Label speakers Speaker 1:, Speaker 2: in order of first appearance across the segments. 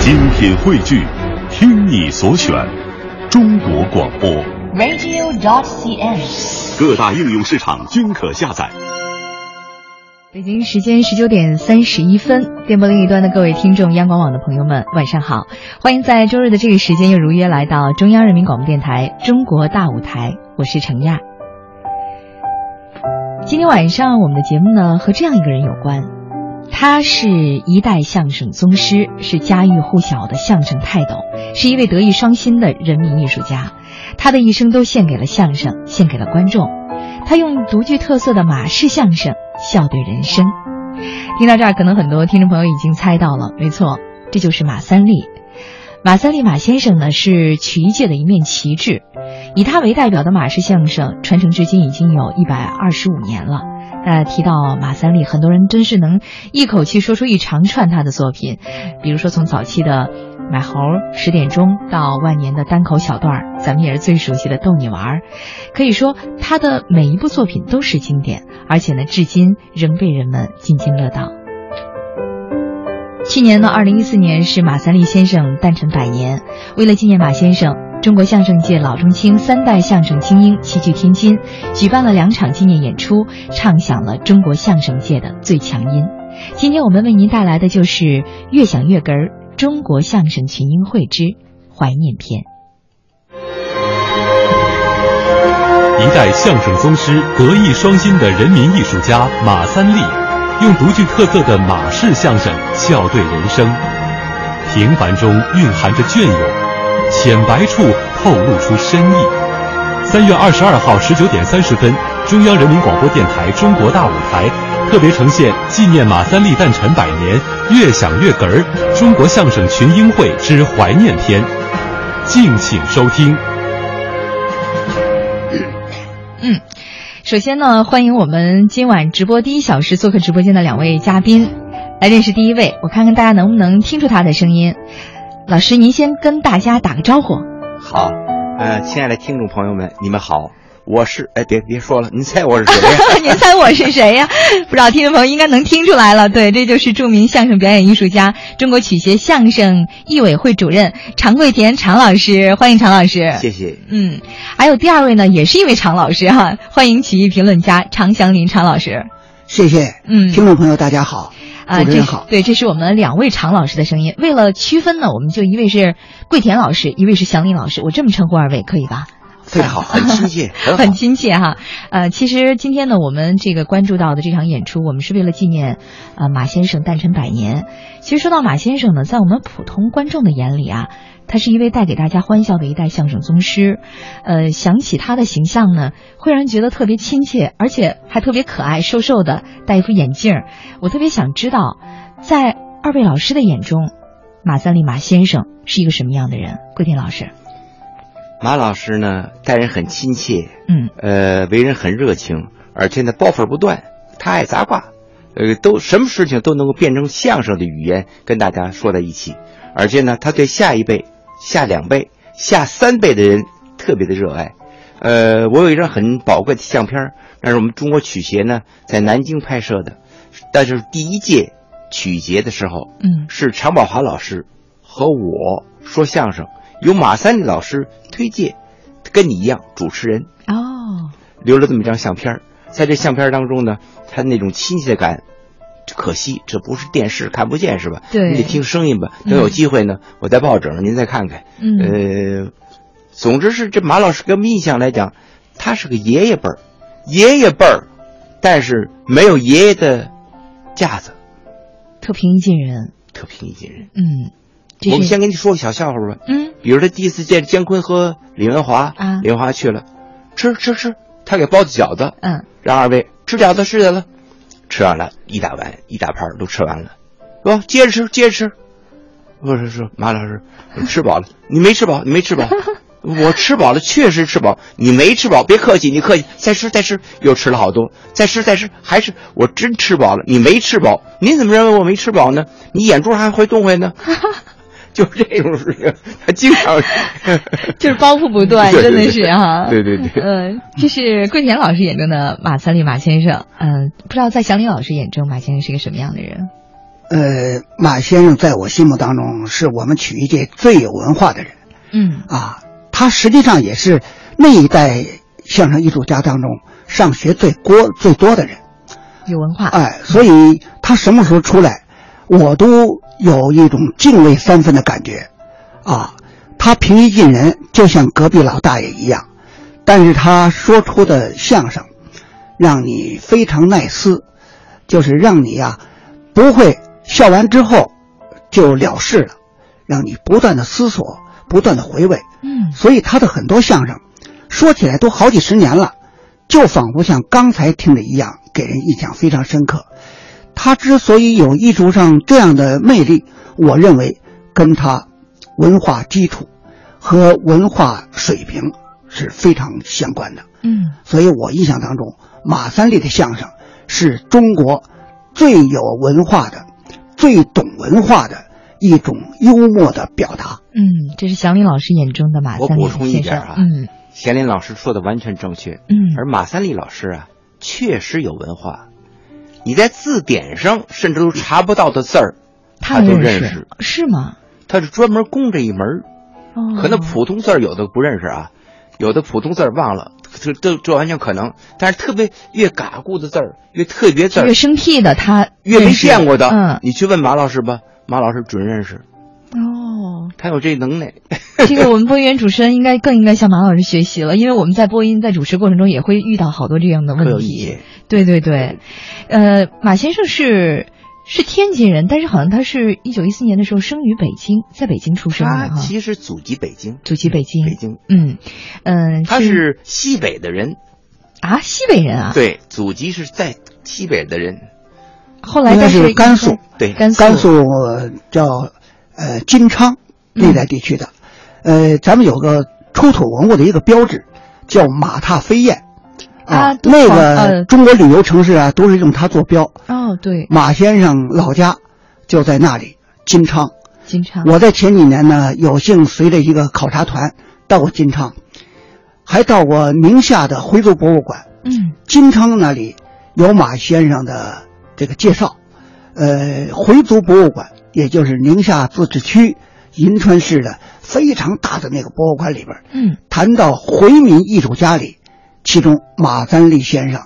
Speaker 1: 精品汇聚，听你所选，中国广播。
Speaker 2: radio.cn，
Speaker 1: 各大应用市场均可下载。
Speaker 3: 北京时间十九点三十一分，电波另一端的各位听众、央广网的朋友们，晚上好！欢迎在周日的这个时间又如约来到中央人民广播电台《中国大舞台》，我是程亚。今天晚上我们的节目呢，和这样一个人有关，他是一代相声宗师，是家喻户晓的相声泰斗，是一位德艺双馨的人民艺术家。他的一生都献给了相声，献给了观众。他用独具特色的马式相声笑对人生。听到这儿，可能很多听众朋友已经猜到了，没错，这就是马三立。马三立马先生呢，是曲艺界的一面旗帜。以他为代表的马式相声传承至今已经有一百二十五年了。那提到马三立，很多人真是能一口气说出一长串他的作品，比如说从早期的《买猴》《十点钟》到万年的单口小段儿，咱们也是最熟悉的《逗你玩儿》。可以说，他的每一部作品都是经典，而且呢，至今仍被人们津津乐道。去年呢，二零一四年是马三立先生诞辰百年。为了纪念马先生，中国相声界老中青三代相声精英齐聚天津，举办了两场纪念演出，唱响了中国相声界的最强音。今天我们为您带来的就是越想越哏儿中国相声群英会之怀念篇。
Speaker 1: 一代相声宗师、德艺双馨的人民艺术家马三立。用独具特色的马式相声笑对人生，平凡中蕴含着隽永，浅白处透露出深意。三月二十二号十九点三十分，中央人民广播电台《中国大舞台》特别呈现纪念马三立诞辰百年“越想越哏儿”中国相声群英会之怀念篇，敬请收听。
Speaker 3: 嗯。首先呢，欢迎我们今晚直播第一小时做客直播间的两位嘉宾，来认识第一位，我看看大家能不能听出他的声音。老师，您先跟大家打个招呼。
Speaker 4: 好，呃，亲爱的听众朋友们，你们好，我是哎，别别说了，您猜我是谁 呀、
Speaker 3: 您猜我是谁呀、不知道听众朋友应该能听出来了，对，这就是著名相声表演艺术家、中国曲协相声艺委会主任常贵田常老师，欢迎常老师。
Speaker 4: 谢谢。
Speaker 3: 嗯，还有第二位呢，也是一位常老师哈、欢迎曲艺评论家常祥林常老师。
Speaker 5: 谢谢，
Speaker 3: 嗯
Speaker 5: 听众朋友大家好，
Speaker 3: 啊，这
Speaker 5: 主持
Speaker 3: 是
Speaker 5: 人好，
Speaker 3: 对，这是我们两位常老师的声音。为了区分呢，我们就一位是桂田老师，一位是祥林老师，我这么称呼二位可以吧？
Speaker 4: 非常好，很亲切，很好
Speaker 3: 很。亲切哈。呃，其实今天呢，我们这个关注到的这场演出，我们是为了纪念呃马先生诞辰百年。其实说到马先生呢，在我们普通观众的眼里啊，他是一位带给大家欢笑的一代相声宗师。呃，想起他的形象呢，会让人觉得特别亲切，而且还特别可爱，瘦瘦的，戴一副眼镜儿。我特别想知道，在二位老师的眼中，马三立马先生是一个什么样的人？桂田老师，
Speaker 4: 马老师呢，待人很亲切，
Speaker 3: 嗯
Speaker 4: 呃，为人很热情，而且呢，包袱不断，他爱杂话，呃，都什么事情都能够变成相声的语言跟大家说在一起，而且呢，他对下一辈、下两辈、下三辈的人特别的热爱。呃，我有一张很宝贵的相片儿，那是我们中国曲协呢在南京拍摄的，但是第一届曲协的时候，
Speaker 3: 嗯
Speaker 4: 是常宝华老师和我说相声，由马三立老师推荐，跟你一样主持人
Speaker 3: 哦，
Speaker 4: 留了这么一张相片儿在这相片儿当中呢，他那种亲切感，可惜这不是电视看不见是吧？
Speaker 3: 对
Speaker 4: 你得听声音吧。等有机会呢，我在报纸上您再看看。
Speaker 3: 嗯
Speaker 4: 呃，总之是这马老师给我们印象来讲，他是个爷爷辈儿，爷爷辈儿，但是没有爷爷的架子，
Speaker 3: 特平易近人。
Speaker 4: 特平易近人。
Speaker 3: 嗯，这
Speaker 4: 我们
Speaker 3: 是
Speaker 4: 先跟你说个小笑话吧。
Speaker 3: 嗯
Speaker 4: 比如他第一次见姜昆和李文华，
Speaker 3: 啊
Speaker 4: 李文华去了，吃吃吃，他给包的饺子，
Speaker 3: 嗯
Speaker 4: 让二位吃饺子吃饺子，吃完了一大碗一大盘儿都吃完了，说接着吃接着吃，我说说马老师我吃饱 了，你没吃饱你没吃饱，我吃饱了确实吃饱，你没吃饱别客气你客气再吃再吃又吃了好多再吃再吃还是我真吃饱了你没吃饱您怎么认为我没吃饱呢？你眼珠还会动会呢？ 就这种事情，他经 常
Speaker 3: 就是包袱不断，
Speaker 4: 对
Speaker 3: 真的
Speaker 4: 对
Speaker 3: 是
Speaker 4: 对
Speaker 3: 哈、
Speaker 4: 对对 对
Speaker 3: 嗯、这是桂田老师眼中的马三立马先生。嗯、不知道在祥林老师眼中，马先生是个什么样的人？
Speaker 2: 呃，马先生在我心目当中是我们曲艺界最有文化的人
Speaker 3: 嗯
Speaker 2: 啊，他实际上也是那一代相声艺术家当中上学最多最多的人。
Speaker 3: 有文
Speaker 4: 啊
Speaker 3: 化，
Speaker 2: 哎，所以他什么时候出来，我都有一种敬畏三分的感觉，啊，他平易近人，就像隔壁老大爷一样，但是他说出的相声，让你非常耐思，就是让你呀、不会笑完之后就了事了，让你不断的思索，不断的回味，
Speaker 3: 嗯
Speaker 2: 所以他的很多相声，说起来都好几十年了，就仿佛像刚才听的一样，给人印象非常深刻。他之所以有艺术上这样的魅力，我认为跟他文化基础和文化水平是非常相关的。
Speaker 3: 嗯
Speaker 2: 所以我印象当中，马三立的相声是中国最有文化的、最懂文化的一种幽默的表达。
Speaker 3: 嗯，这是祥林老师眼中的马
Speaker 4: 我
Speaker 3: 三立
Speaker 4: 补充一
Speaker 3: 先
Speaker 4: 点
Speaker 3: 生，
Speaker 4: 啊
Speaker 3: 嗯
Speaker 4: 贤林老师说的完全正确，
Speaker 3: 嗯
Speaker 4: 而马三立老师啊，确实有文化，你在字典上甚至都查不到的字儿，
Speaker 3: 他
Speaker 4: 都
Speaker 3: 们
Speaker 4: 认
Speaker 3: 识，是吗？
Speaker 4: 他是专门攻这一门儿。
Speaker 3: 哦
Speaker 4: 可能普通字儿有的不认识啊，有的普通字儿忘了，这这这完全可能。但是特别越嘎咕的字儿，越特别字儿
Speaker 3: 越，生僻的他
Speaker 4: 越没
Speaker 3: 认识
Speaker 4: 见过的，
Speaker 3: 嗯
Speaker 4: 你去问马老师吧，马老师准认识，
Speaker 3: 哦，
Speaker 4: 他有这能耐。
Speaker 3: 这个我们播音员主持人应该更应该向马老师学习了，因为我们在播音在主持过程中也会遇到好多这样的
Speaker 4: 各
Speaker 3: 问
Speaker 4: 有意
Speaker 3: 题
Speaker 4: 见。
Speaker 3: 对对对，呃，马先生是是天津人，但是好像他是一九一四年的时候生于北京，在北京出生
Speaker 4: 他
Speaker 3: 的哈，
Speaker 4: 其实祖籍北京，
Speaker 3: 祖籍北京。
Speaker 4: 北京，
Speaker 3: 嗯嗯，
Speaker 4: 他是西北的人，
Speaker 3: 啊，西北人啊。。
Speaker 4: 对，祖籍是在西北的人，
Speaker 3: 后来但
Speaker 2: 应该是甘肃
Speaker 4: 对，
Speaker 3: 甘肃
Speaker 2: 甘肃叫呃金昌那带地区的，呃，咱们有个出土文物的一个标志叫马踏飞燕。
Speaker 3: 啊敦
Speaker 2: 那
Speaker 3: 煌
Speaker 2: 个
Speaker 3: 呃
Speaker 2: 中国旅游城市啊，都是用它做标。
Speaker 3: 哦，对，
Speaker 2: 马先生老家就在那里，金昌。
Speaker 3: 金昌。
Speaker 2: 我在前几年呢，有幸随着一个考察团到过金昌，还到过宁夏的回族博物馆。
Speaker 3: 嗯
Speaker 2: 金昌那里有马先生的这个介绍，呃，回族博物馆，也就是宁夏自治区银川市的非常大的那个博物馆里边，
Speaker 3: 嗯
Speaker 2: 谈到回民艺术家里，其中马三立先生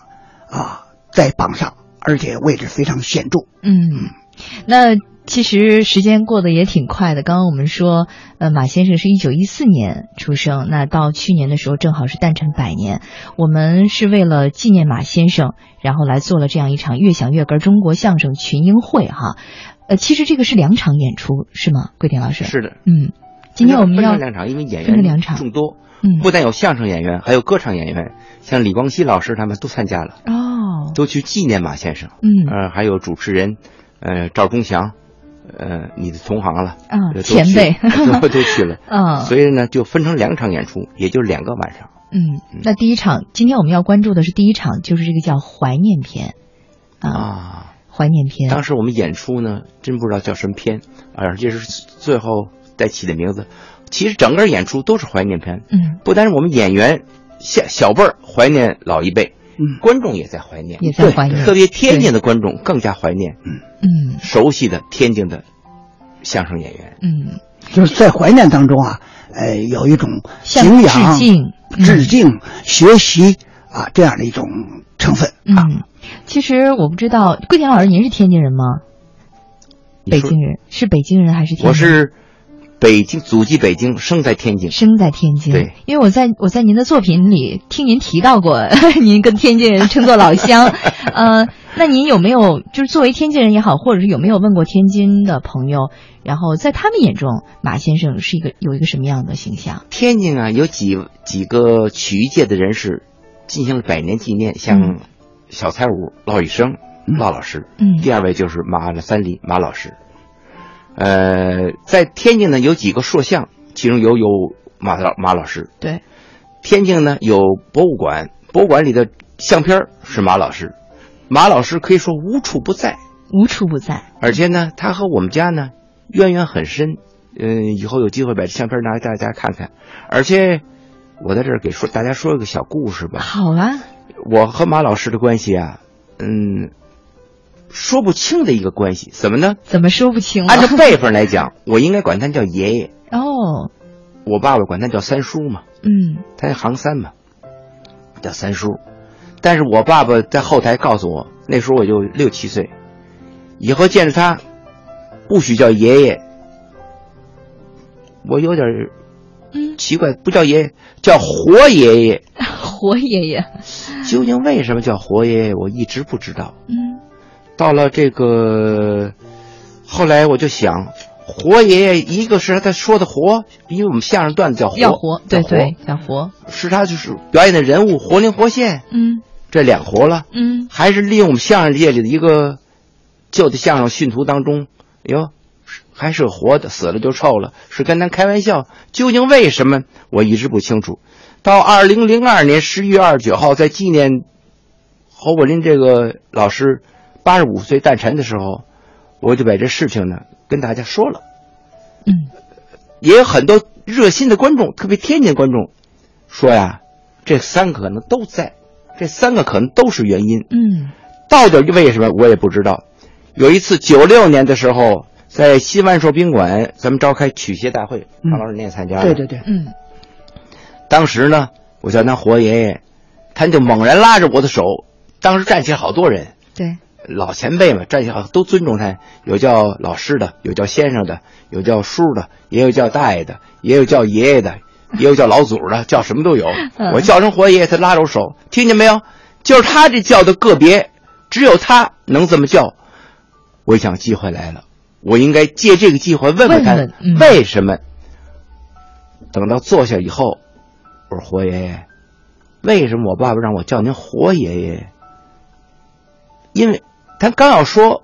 Speaker 2: 啊在榜上，而且位置非常显著。
Speaker 3: 嗯，那。其实时间过得也挺快的。刚刚我们说，呃，马先生是一九一四年出生，那到去年的时候正好是诞辰百年。我们是为了纪念马先生，然后来做了这样一场“越想越哏儿”中国相声群英会哈。呃，其实这个是两场演出是吗？桂田老师，
Speaker 4: 是的。
Speaker 3: 嗯，今天我们
Speaker 4: 分
Speaker 3: 要
Speaker 4: 成两场，因为演
Speaker 3: 分成
Speaker 4: 员
Speaker 3: 两场
Speaker 4: 众多，
Speaker 3: 嗯
Speaker 4: 不但有相声演员，还有歌唱演员，像李光羲老师他们都参加了，
Speaker 3: 哦，
Speaker 4: 都去纪念马先生。
Speaker 3: 嗯
Speaker 4: 呃，还有主持人，呃，赵忠祥，呃，你的同行了，
Speaker 3: 啊
Speaker 4: 呃都
Speaker 3: 前辈
Speaker 4: 去了 都都去了，
Speaker 3: 嗯
Speaker 4: 所以呢，就分成两场演出，也就两个晚上。
Speaker 3: 嗯，那第一场，今天我们要关注的是第一场，就是这个叫怀念篇，啊，
Speaker 4: 啊，
Speaker 3: 怀念篇，
Speaker 4: 当时我们演出呢，真不知道叫什么片，而且是最后再起的名字。其实整个演出都是怀念片，
Speaker 3: 嗯，
Speaker 4: 不单是我们演员下小辈儿怀念老一辈，
Speaker 2: 嗯
Speaker 4: 观众也在怀念，
Speaker 3: 也在怀念，
Speaker 4: 特别天津的观众更加怀念
Speaker 3: 嗯
Speaker 4: 熟悉的天津的相声演员。
Speaker 3: 嗯，
Speaker 2: 就是在怀念当中啊，呃，有一种
Speaker 3: 向
Speaker 2: 敬仰、
Speaker 3: 致敬嗯
Speaker 2: 致敬学习啊这样的一种成分啊。
Speaker 3: 嗯，其实我不知道，桂田老师，您是天津人吗？
Speaker 4: 你
Speaker 3: 北
Speaker 4: 说
Speaker 3: 京人是北京人还是天津人？
Speaker 4: 我是北京，祖籍北京，生在天津。
Speaker 3: 生在天津，
Speaker 4: 对，
Speaker 3: 因为我在我在您的作品里听您提到过， 您跟天津人称作老乡，呃，那您有没有就是作为天津人也好，或者是有没有问过天津的朋友，然后在他们眼中，马先生是一个有一个什么样的形象？
Speaker 4: 天津啊，有几几个曲艺界的人士进行了百年纪念，像
Speaker 3: 嗯
Speaker 4: 小彩舞骆玉生、骆老师，
Speaker 3: 嗯
Speaker 4: 第二位就是马三立马老师。呃，在天津呢有几个塑像，其中有有马老马老师。
Speaker 3: 对，
Speaker 4: 天津呢有博物馆，博物馆里的相片儿是马老师，马老师可以说无处不在。
Speaker 3: 无处不在，
Speaker 4: 而且呢，他和我们家呢渊源很深。嗯，以后有机会把这相片拿给大家看看。而且，我在这儿给说大家说一个小故事吧。
Speaker 3: 好啊，
Speaker 4: 我和马老师的关系啊，嗯，说不清的一个关系。怎么呢？
Speaker 3: 怎么啊说不清了
Speaker 4: 按？照辈分来讲，我应该管他叫爷爷，
Speaker 3: 哦，
Speaker 4: 我爸爸管他叫三叔嘛，
Speaker 3: 嗯，
Speaker 4: 他行三嘛，叫三叔。但是我爸爸在后台告诉我，那时候我就六七岁，以后见着他，不许叫爷爷。我有点儿
Speaker 3: 嗯
Speaker 4: 奇怪，不叫爷爷，叫活爷爷。
Speaker 3: 活爷爷，
Speaker 4: 究竟为什么叫活爷爷，我一直不知道。
Speaker 3: 嗯
Speaker 4: 到了这个，后来我就想，活爷爷一个是他说的活，因为我们相声段子叫活，
Speaker 3: 要活，对
Speaker 4: 叫
Speaker 3: 对，要活，
Speaker 4: 是他就是表演的人物活灵活现，
Speaker 3: 嗯
Speaker 4: 这两活了，
Speaker 3: 嗯
Speaker 4: 还是利用我们相声界里的一个旧的相声训徒当中，哟，是还是活的，死了就臭了，是跟咱开玩笑，究竟为什么我一直不清楚。到二零零二年十一月二十九号，在纪念侯宝林这个老师八十五岁诞辰的时候，我就把这事情呢跟大家说了。
Speaker 3: 嗯，
Speaker 4: 也有很多热心的观众，特别天津观众，说呀，这三个可能都在，这三个可能都是原因，
Speaker 3: 嗯
Speaker 4: 到底为什么我也不知道。有一次九六年的时候，在新万寿宾馆，咱们召开曲协大会，
Speaker 2: 嗯
Speaker 4: 张老师你也参加了，
Speaker 2: 对对对，
Speaker 3: 嗯
Speaker 4: 当时呢，我叫他活爷爷，他就猛然拉着我的手，当时站起来好多人，
Speaker 3: 对，
Speaker 4: 老前辈嘛，站起来都尊重他，有叫老师的，有叫先生的，有叫叔的，也有叫大爷的，也有叫爷爷的，也有叫老祖的，叫什么都有
Speaker 3: 嗯。
Speaker 4: 我叫成活爷爷，他拉着我手，听见没有？就是他这叫的个别，只有他能这么叫。我一想，机会来了，我应该借这个机会问问他
Speaker 3: 问问嗯
Speaker 4: 为什么。等到坐下以后，我说活爷爷，为什么我爸爸让我叫您活爷爷？因为他刚要说，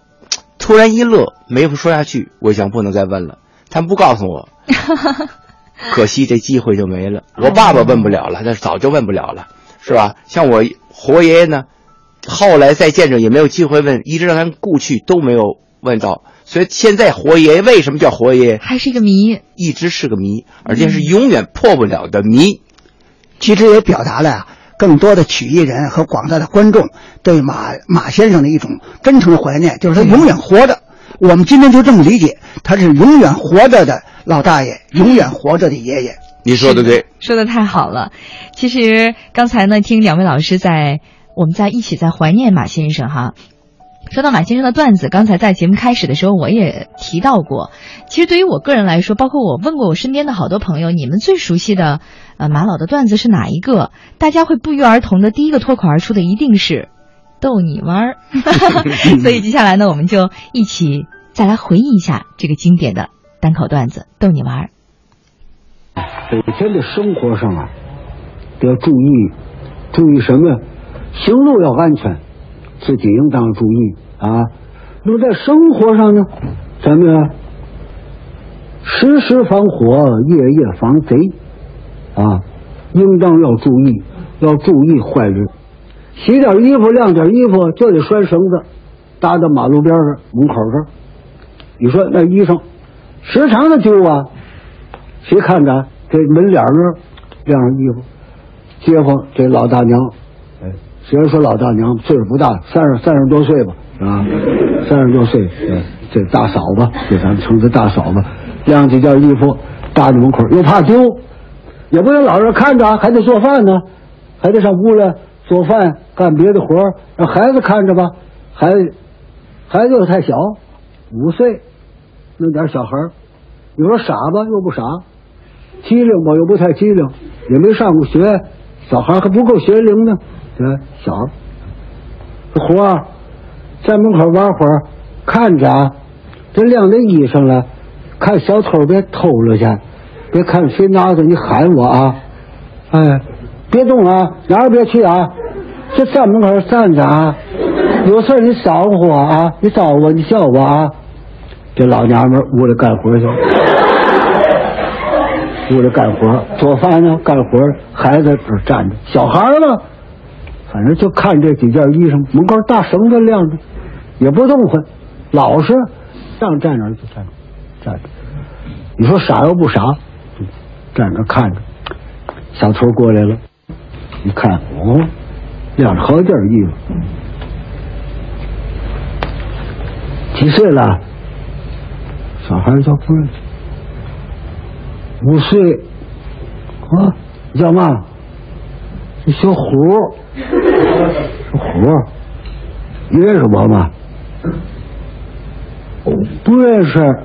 Speaker 4: 突然一乐，没说下去。我想不能再问了，他不告诉我，可惜这机会就没了。我爸爸问不了了，他早就问不了了，是吧？像我活爷爷呢，后来再见着也没有机会问，一直到他故去都没有问到。所以现在活爷爷为什么叫活爷爷，
Speaker 3: 还是一个谜，
Speaker 4: 一直是个谜，而且是永远破不了的谜。
Speaker 2: 其实也表达了啊更多的曲艺人和广大的观众对马马先生的一种真诚的怀念，就是他永远活着。我们今天就这么理解，他是永远活着的老大爷，永远活着的爷爷。
Speaker 4: 你说的对，
Speaker 3: 说的太好了。其实刚才呢，听两位老师在我们在一起在怀念马先生哈。说到马先生的段子，刚才在节目开始的时候我也提到过。其实对于我个人来说，包括我问过我身边的好多朋友，你们最熟悉的呃马老的段子是哪一个？大家会不约而同的第一个脱口而出的一定是逗你玩 儿。所以接下来呢，我们就一起再来回忆一下这个经典的单口段子逗你玩儿。
Speaker 5: 每天的生活上啊，都要注意，注意什么呀？行路要安全，自己应当注意啊。那么在生活上呢，咱们啊，时时防火，夜夜防贼啊，应当要注意，要注意坏人。洗点衣服，晾点衣服，就得拴绳子，搭到马路边上、门口这儿。你说那衣裳，时常的丢啊，谁看着？这门脸那儿晾上衣服，街坊这老大娘，哎，谁说老大娘岁数不大，三十三十多岁吧，啊，三十多岁，哎这大嫂吧，这咱们称之大嫂吧，晾几件衣服搭在门口，又怕丢，也不能老是看着啊，还得做饭呢，还得上屋来做饭干别的活儿让孩子看着吧，孩孩子又太小，五岁，那点小孩儿你说傻吧，又不傻，机灵吧，又不太机灵，也没上过学，小孩还不够学龄呢，对吧，小孩，这活儿在门口玩会儿，看着啊，这晾在衣裳了，看小偷别偷了去，别看谁拿着你喊我啊，哎，别动啊，哪儿也别去啊，就站门口站着啊，有事儿你找我啊，你找我，你叫我啊，这老娘们儿屋里干活去了。屋里干活，做饭呢，干活，孩子这儿站着，小孩儿嘛，反正就看这几件衣裳，门口大绳子晾着，也不动换，老实，让站那儿就站着，站着。你说傻又不傻，站那儿看着，小偷过来了，一看，哦，晾着好几件衣服，几岁了？小孩叫不认识。五岁，啊，你叫嘛？这小虎儿，小虎儿，你认识我吗？不认识，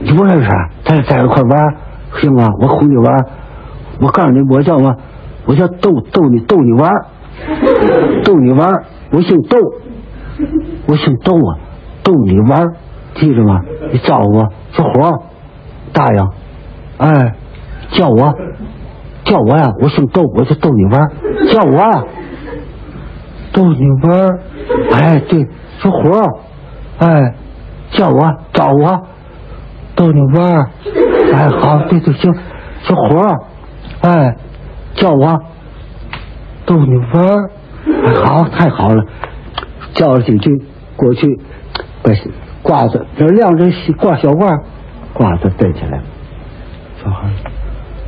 Speaker 5: 你不认识？咱俩在一块玩儿行吗？我哄你玩儿，我告诉你，我叫嘛？我叫逗逗你逗你玩儿，逗你玩儿，我姓窦，我姓窦啊，逗你玩儿，记着吗？你叫我小伙儿，大爷，哎，叫我，叫我呀，我姓窦，我就逗你玩儿，叫我啊，逗你玩儿，哎，对，小伙儿，哎，叫我找我，逗你玩儿，哎，好，对对行，小伙儿，哎，叫我，逗你玩儿，哎，好，太好了，叫了几句，过去把褂子这晾着小挂小褂，褂子蹬起来了，小孩儿，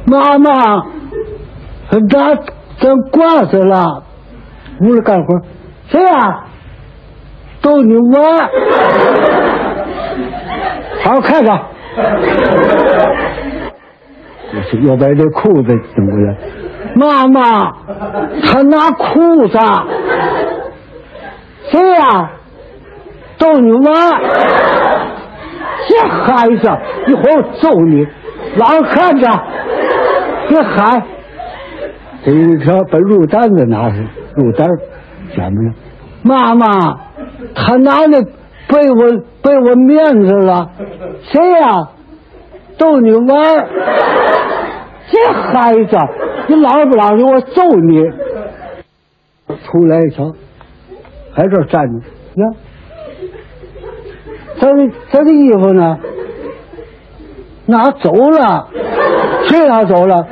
Speaker 5: 妈妈，咱咱褂子了，屋里干活，谁呀、逗你玩儿。好好看看。我说要不然这裤子怎么了？妈妈，他拿裤子。谁呀、逗你玩儿。这孩子，一会儿我揍你，老实看着。这孩这一条把路单子拿出来，路单儿怎么了？妈妈，他拿那被我被我面子了，谁呀、逗你玩儿。这孩子，你老实不老实，我揍你！出来一瞧，还这儿站着，你看，他的他的衣服呢？拿走了，谁拿走了？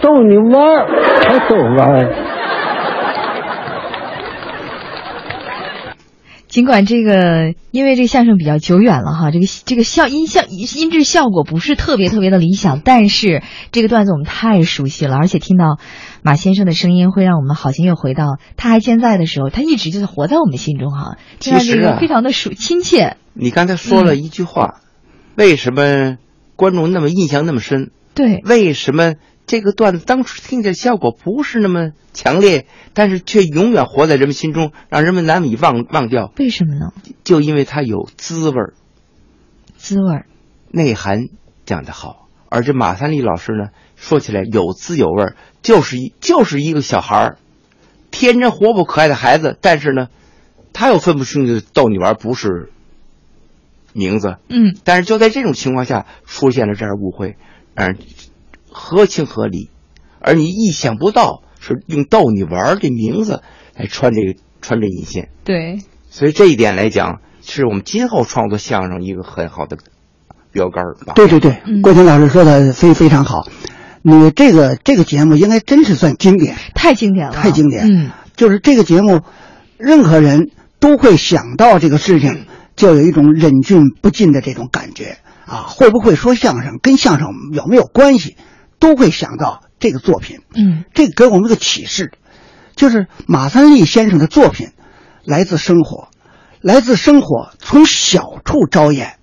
Speaker 5: 逗你玩儿，还逗玩儿。
Speaker 3: 尽管这个，因为这个相声比较久远了哈，这个这个效音效音质效果不是特别特别的理想，但是这个段子我们太熟悉了，而且听到马先生的声音，会让我们好像又回到他还健在的时候，他一直就是活在我们心中哈，这样
Speaker 4: 其实
Speaker 3: 这个
Speaker 4: 啊
Speaker 3: 非常的熟亲切，
Speaker 4: 你刚才说了一句话，为什么观众那么印象那么深？
Speaker 3: 对，
Speaker 4: 为什么这个段子当初听起来效果不是那么强烈，但是却永远活在人们心中，让人们难以忘忘掉？
Speaker 3: 为什么呢？
Speaker 4: 就因为它有滋味儿，
Speaker 3: 滋味儿，
Speaker 4: 内涵讲得好。而这马三立老师呢，说起来有滋有味儿，就是一就是一个小孩儿，天真活泼可爱的孩子。但是呢，他又分不清楚逗你玩儿不是名字，
Speaker 3: 嗯，
Speaker 4: 但是就在这种情况下出现了这样误会，嗯，合情合理，而你意想不到是用逗你玩儿这名字来穿这个穿这引线，
Speaker 3: 对，
Speaker 4: 所以这一点来讲，是我们今后创作相声一个很好的标杆儿吧。
Speaker 2: 对对对，
Speaker 3: 嗯
Speaker 2: 郭靖老师说的非非常好。你这个这个节目应该真是算经典，
Speaker 3: 太经典了，
Speaker 2: 太经典
Speaker 3: 嗯，
Speaker 2: 就是这个节目，任何人都会想到这个
Speaker 3: 嗯
Speaker 2: 事情，就有一种忍俊不禁的这种感觉啊。会不会说相声，跟相声有没有关系，都会想到这个作品。
Speaker 3: 嗯，
Speaker 2: 这给我们一个启示，就是马三立先生的作品来自生活，来自生活，从小处着眼，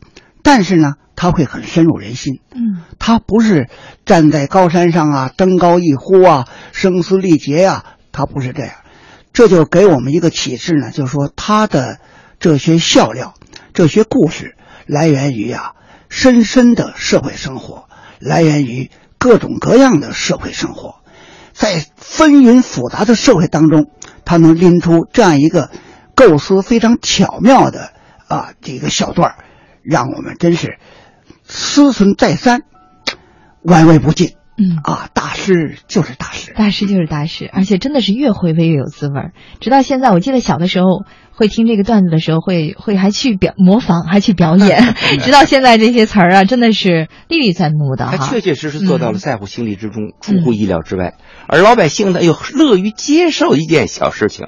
Speaker 2: 但是呢，他会很深入人心。
Speaker 3: 嗯，
Speaker 2: 他不是站在高山上啊，登高一呼啊，声嘶力竭呀、他不是这样。这就给我们一个启示呢，就是说他的这些笑料、这些故事，来源于啊深深的社会生活，来源于各种各样的社会生活，在纷纭复杂的社会当中，他能拎出这样一个构思非常巧妙的啊这个小段儿让我们真是思忖再三，玩味不尽。
Speaker 3: 嗯
Speaker 2: 啊，大师就是大师。
Speaker 3: 大师就是大师，而且真的是越回味越有滋味儿。直到现在，我记得小的时候会听这个段子的时候，会会还去表模仿，还去表
Speaker 4: 嗯
Speaker 3: 演。直到现在，这些词儿啊，真的是历历在目的
Speaker 4: 他
Speaker 3: 啊哈
Speaker 4: 确。确实实做到了在乎情理之中，出乎意料之外，而老百姓呢又乐于接受一件小事情，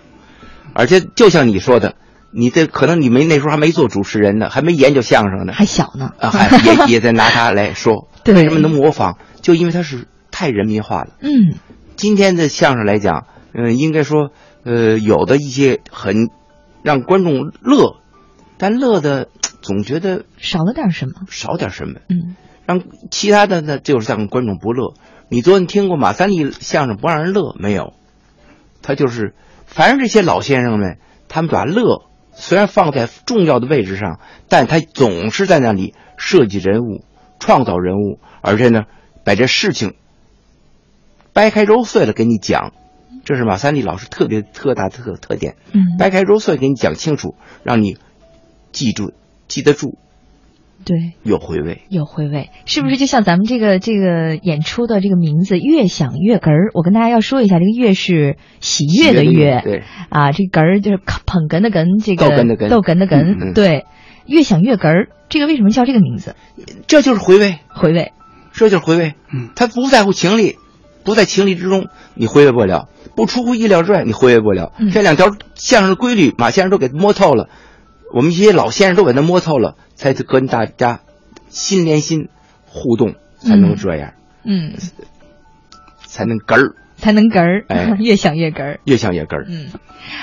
Speaker 4: 而且就像你说的，你这可能你没那时候还没做主持人呢，还没研究相声呢，
Speaker 3: 还小呢，
Speaker 4: 啊，还也也在拿它来说，
Speaker 3: 对
Speaker 4: 为什么能模仿？就因为它是太人民化了。
Speaker 3: 嗯，
Speaker 4: 今天的相声来讲，嗯、应该说，呃，有的一些很让观众乐，但乐的总觉得
Speaker 3: 少了点什么。
Speaker 4: 少点什么，
Speaker 3: 嗯，
Speaker 4: 让其他的呢就是让观众不乐。你昨天听过马三立相声不让人乐没有？他就是，反正这些老先生们，他们把乐虽然放在重要的位置上，但他总是在那里设计人物、创造人物，而且呢，把这事情掰开揉碎了给你讲。这是马三立老师特别特大特特点，
Speaker 3: 嗯
Speaker 4: 掰开揉碎给你讲清楚，让你记住、记得住、
Speaker 3: 对，
Speaker 4: 有回味。
Speaker 3: 有回味，是不是就像咱们这个这个演出的这个名字“越想越哏儿”？我跟大家要说一下，这个“越”是喜悦的“
Speaker 4: 喜悦
Speaker 3: 悦”，
Speaker 4: 的对
Speaker 3: 啊，这个“哏儿”就是捧哏的“哏”，这个
Speaker 4: 逗哏的哏
Speaker 3: 逗哏的哏，
Speaker 4: 嗯嗯
Speaker 3: 对，“越想越哏儿”这个为什么叫这个名字？
Speaker 4: 这就是回味，
Speaker 3: 回味，
Speaker 4: 这就是回味。
Speaker 2: 嗯，
Speaker 4: 他不在乎情理，不在情理之中，你回味不了；不出乎意料之外，你回味不了。
Speaker 3: 嗯
Speaker 4: 这两条相声的规律，马先生都给摸透了，我们一些老先生都给他摸透了，才跟大家心连心互动，才能够这样，
Speaker 3: 嗯，
Speaker 4: 才能哏儿，
Speaker 3: 才能哏儿，
Speaker 4: 哎
Speaker 3: 越想越哏儿。
Speaker 4: 越想越哏儿。
Speaker 3: 嗯，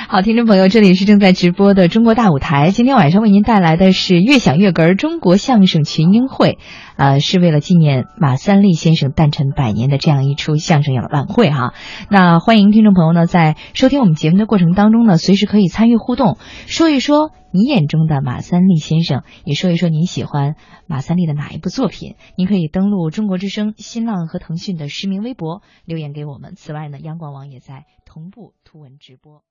Speaker 3: 好，听众朋友，这里是正在直播的中国大舞台。今天晚上为您带来的是《越想越哏儿》中国相声群英会，呃，是为了纪念马三立先生诞辰百年的这样一出相声晚会哈。那欢迎听众朋友呢，在收听我们节目的过程当中呢，随时可以参与互动，说一说你眼中的马三立先生，也说一说您喜欢马三立的哪一部作品。您可以登录中国之声、新浪和腾讯的实名微博留言给我们。此外呢，央广网也在同步图文直播。